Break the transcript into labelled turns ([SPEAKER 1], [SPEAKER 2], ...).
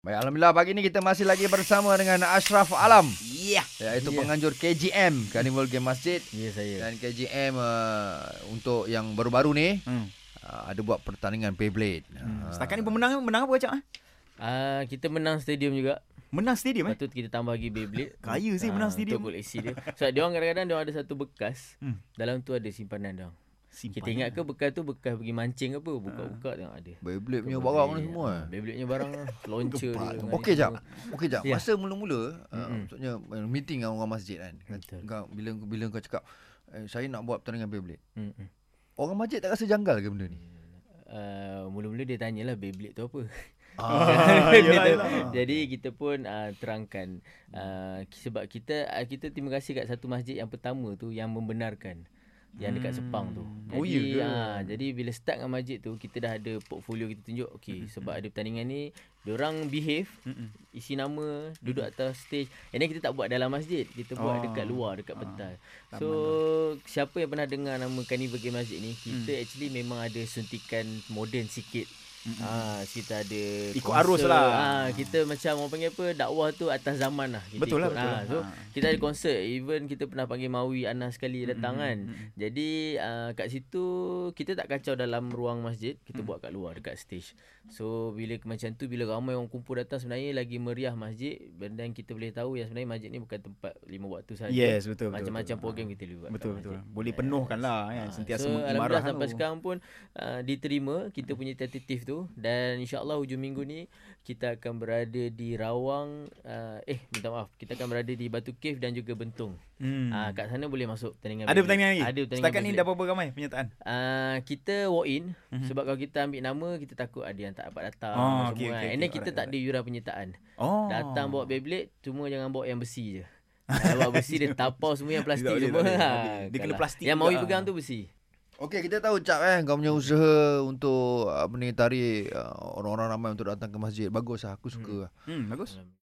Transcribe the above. [SPEAKER 1] Baik, Alhamdulillah pagi ni kita masih lagi bersama dengan Ashraf Alam
[SPEAKER 2] Yeah.
[SPEAKER 1] iaitu
[SPEAKER 2] Ya.
[SPEAKER 1] yeah. penganjur KGM Carnival Game Masjid
[SPEAKER 2] Ya yeah, saya.
[SPEAKER 1] dan KGM uh, untuk yang baru-baru ni
[SPEAKER 2] Hmm.
[SPEAKER 1] uh, ada buat pertandingan Beyblade. Hmm.
[SPEAKER 2] Uh, Setakat ni pemenang menang apa Acap? ah?
[SPEAKER 3] Ah uh, kita menang stadium juga.
[SPEAKER 2] Menang stadium
[SPEAKER 3] Lepas
[SPEAKER 2] eh?
[SPEAKER 3] tu kita tambah lagi Beyblade.
[SPEAKER 2] Kaya sih
[SPEAKER 3] Ah,
[SPEAKER 2] menang stadium.
[SPEAKER 3] Untuk koleksi dia. Sebab dia orang kadang-kadang dia orang ada satu bekas.
[SPEAKER 2] Hmm.
[SPEAKER 3] Dalam tu ada simpanan dia. orang.
[SPEAKER 2] Simpan.
[SPEAKER 3] Kita ingat ke bekas tu bekas pergi mancing ke apa?
[SPEAKER 2] Ah.
[SPEAKER 3] Buka-buka tengok ada.
[SPEAKER 1] Beyblade punya barang ni semua.
[SPEAKER 3] Ah, Beyblade punya barang lah. Launcher dia. dengan
[SPEAKER 1] Okey
[SPEAKER 3] dia
[SPEAKER 1] jap. Okey jap.
[SPEAKER 3] Ya.
[SPEAKER 1] Masa mula-mula uh,
[SPEAKER 3] Mm-mm.
[SPEAKER 1] maksudnya uh, meeting dengan orang masjid kan.
[SPEAKER 3] Betul.
[SPEAKER 1] Kau, bila bila kau cakap eh, saya nak buat pertandingan Beyblade.
[SPEAKER 3] semua. Hmm, Mm-mm.
[SPEAKER 1] Orang masjid tak rasa janggal ke benda ni?
[SPEAKER 3] Uh, mula-mula dia tanyalah Beyblade tu apa.
[SPEAKER 2] Ah,
[SPEAKER 3] Dia
[SPEAKER 2] yelah,
[SPEAKER 3] tu-
[SPEAKER 2] yelah.
[SPEAKER 3] Jadi kita pun uh, terangkan uh, sebab kita uh, kita terima kasih kat satu masjid yang pertama tu yang membenarkan yang dekat Sepang tu. Jadi
[SPEAKER 2] Oh, ya ke?
[SPEAKER 3] ah, jadi bila start dengan masjid tu kita dah ada portfolio kita tunjuk
[SPEAKER 2] Hmm,
[SPEAKER 3] okey sebab ada pertandingan ni diorang behave
[SPEAKER 2] Mm-mm.
[SPEAKER 3] isi nama duduk atas stage. Yang ni kita tak buat dalam masjid, kita
[SPEAKER 2] Oh.
[SPEAKER 3] buat dekat luar dekat petal. So siapa yang pernah dengar nama Carnival Game Masjid ni, kita
[SPEAKER 2] Mm.
[SPEAKER 3] actually memang ada suntikan moden sikit. Ah kita ada
[SPEAKER 2] Ikut arus lah.
[SPEAKER 3] Ah kita macam orang panggil apa dakwah tu atas zaman lah. Kita
[SPEAKER 2] Betul lah,
[SPEAKER 3] ikut.
[SPEAKER 2] betul
[SPEAKER 3] Ah,
[SPEAKER 2] lah.
[SPEAKER 3] so
[SPEAKER 2] Ah.
[SPEAKER 3] kita ada konsert even kita pernah panggil Mawi Anas sekali
[SPEAKER 2] Hmm,
[SPEAKER 3] datang kan. Jadi ah, kat situ kita tak kacau dalam ruang masjid,
[SPEAKER 2] Hmm.
[SPEAKER 3] kita buat kat luar dekat stage. So bila ke- macam tu bila ramai orang kumpul datang sebenarnya lagi meriah masjid dan kita boleh tahu yang sebenarnya masjid ni bukan tempat lima waktu saja.
[SPEAKER 2] Yes, betul, betul,
[SPEAKER 3] Macam-macam
[SPEAKER 2] betul.
[SPEAKER 3] program kita boleh buat. kat
[SPEAKER 2] Betul betul.
[SPEAKER 3] masjid.
[SPEAKER 2] Boleh penuhkan lah kan
[SPEAKER 3] Ah,
[SPEAKER 2] sentiasa
[SPEAKER 3] so,
[SPEAKER 2] mengimarah
[SPEAKER 3] Alhamdulillah sampai sekarang pun uh, diterima kita punya tentatif tu dan insyaallah hujung minggu ni kita akan berada di Rawang uh, eh minta maaf kita akan berada di Batu Cave dan juga Bentung.
[SPEAKER 2] Hmm.
[SPEAKER 3] Hmm. Uh, kat sana boleh masuk pertandingan.
[SPEAKER 2] Ada pertandingan lagi?
[SPEAKER 3] Ada pertandingan.
[SPEAKER 2] Setakat ni
[SPEAKER 3] Beyblade.
[SPEAKER 2] dah berapa ramai penyertaan?
[SPEAKER 3] Uh, kita walk in mm-hmm. sebab kalau kita ambil nama kita takut ada yang tak dapat datang
[SPEAKER 2] Oh,
[SPEAKER 3] oh, semua.
[SPEAKER 2] okey,
[SPEAKER 3] Okay,
[SPEAKER 2] okey,
[SPEAKER 3] okay, And
[SPEAKER 2] okey.
[SPEAKER 3] then kita
[SPEAKER 2] Alright,
[SPEAKER 3] tak ada yuran penyertaan.
[SPEAKER 2] Oh.
[SPEAKER 3] Datang bawa Beyblade cuma jangan bawa yang besi je. Kalau bawa besi dia tapau semua yang plastik
[SPEAKER 2] Tak boleh,
[SPEAKER 3] semua.
[SPEAKER 2] tak boleh.
[SPEAKER 3] Ha,
[SPEAKER 2] Dia kena
[SPEAKER 3] kalah.
[SPEAKER 2] plastik
[SPEAKER 3] Yang
[SPEAKER 2] juga
[SPEAKER 3] Mawi
[SPEAKER 2] ah.
[SPEAKER 3] pegang tu besi.
[SPEAKER 1] Okey, kita tahu cap eh kau punya usaha untuk apa ni tarik uh, orang-orang ramai untuk datang ke masjid. Bagus lah, aku suka. Hmm.
[SPEAKER 2] Hmm, bagus.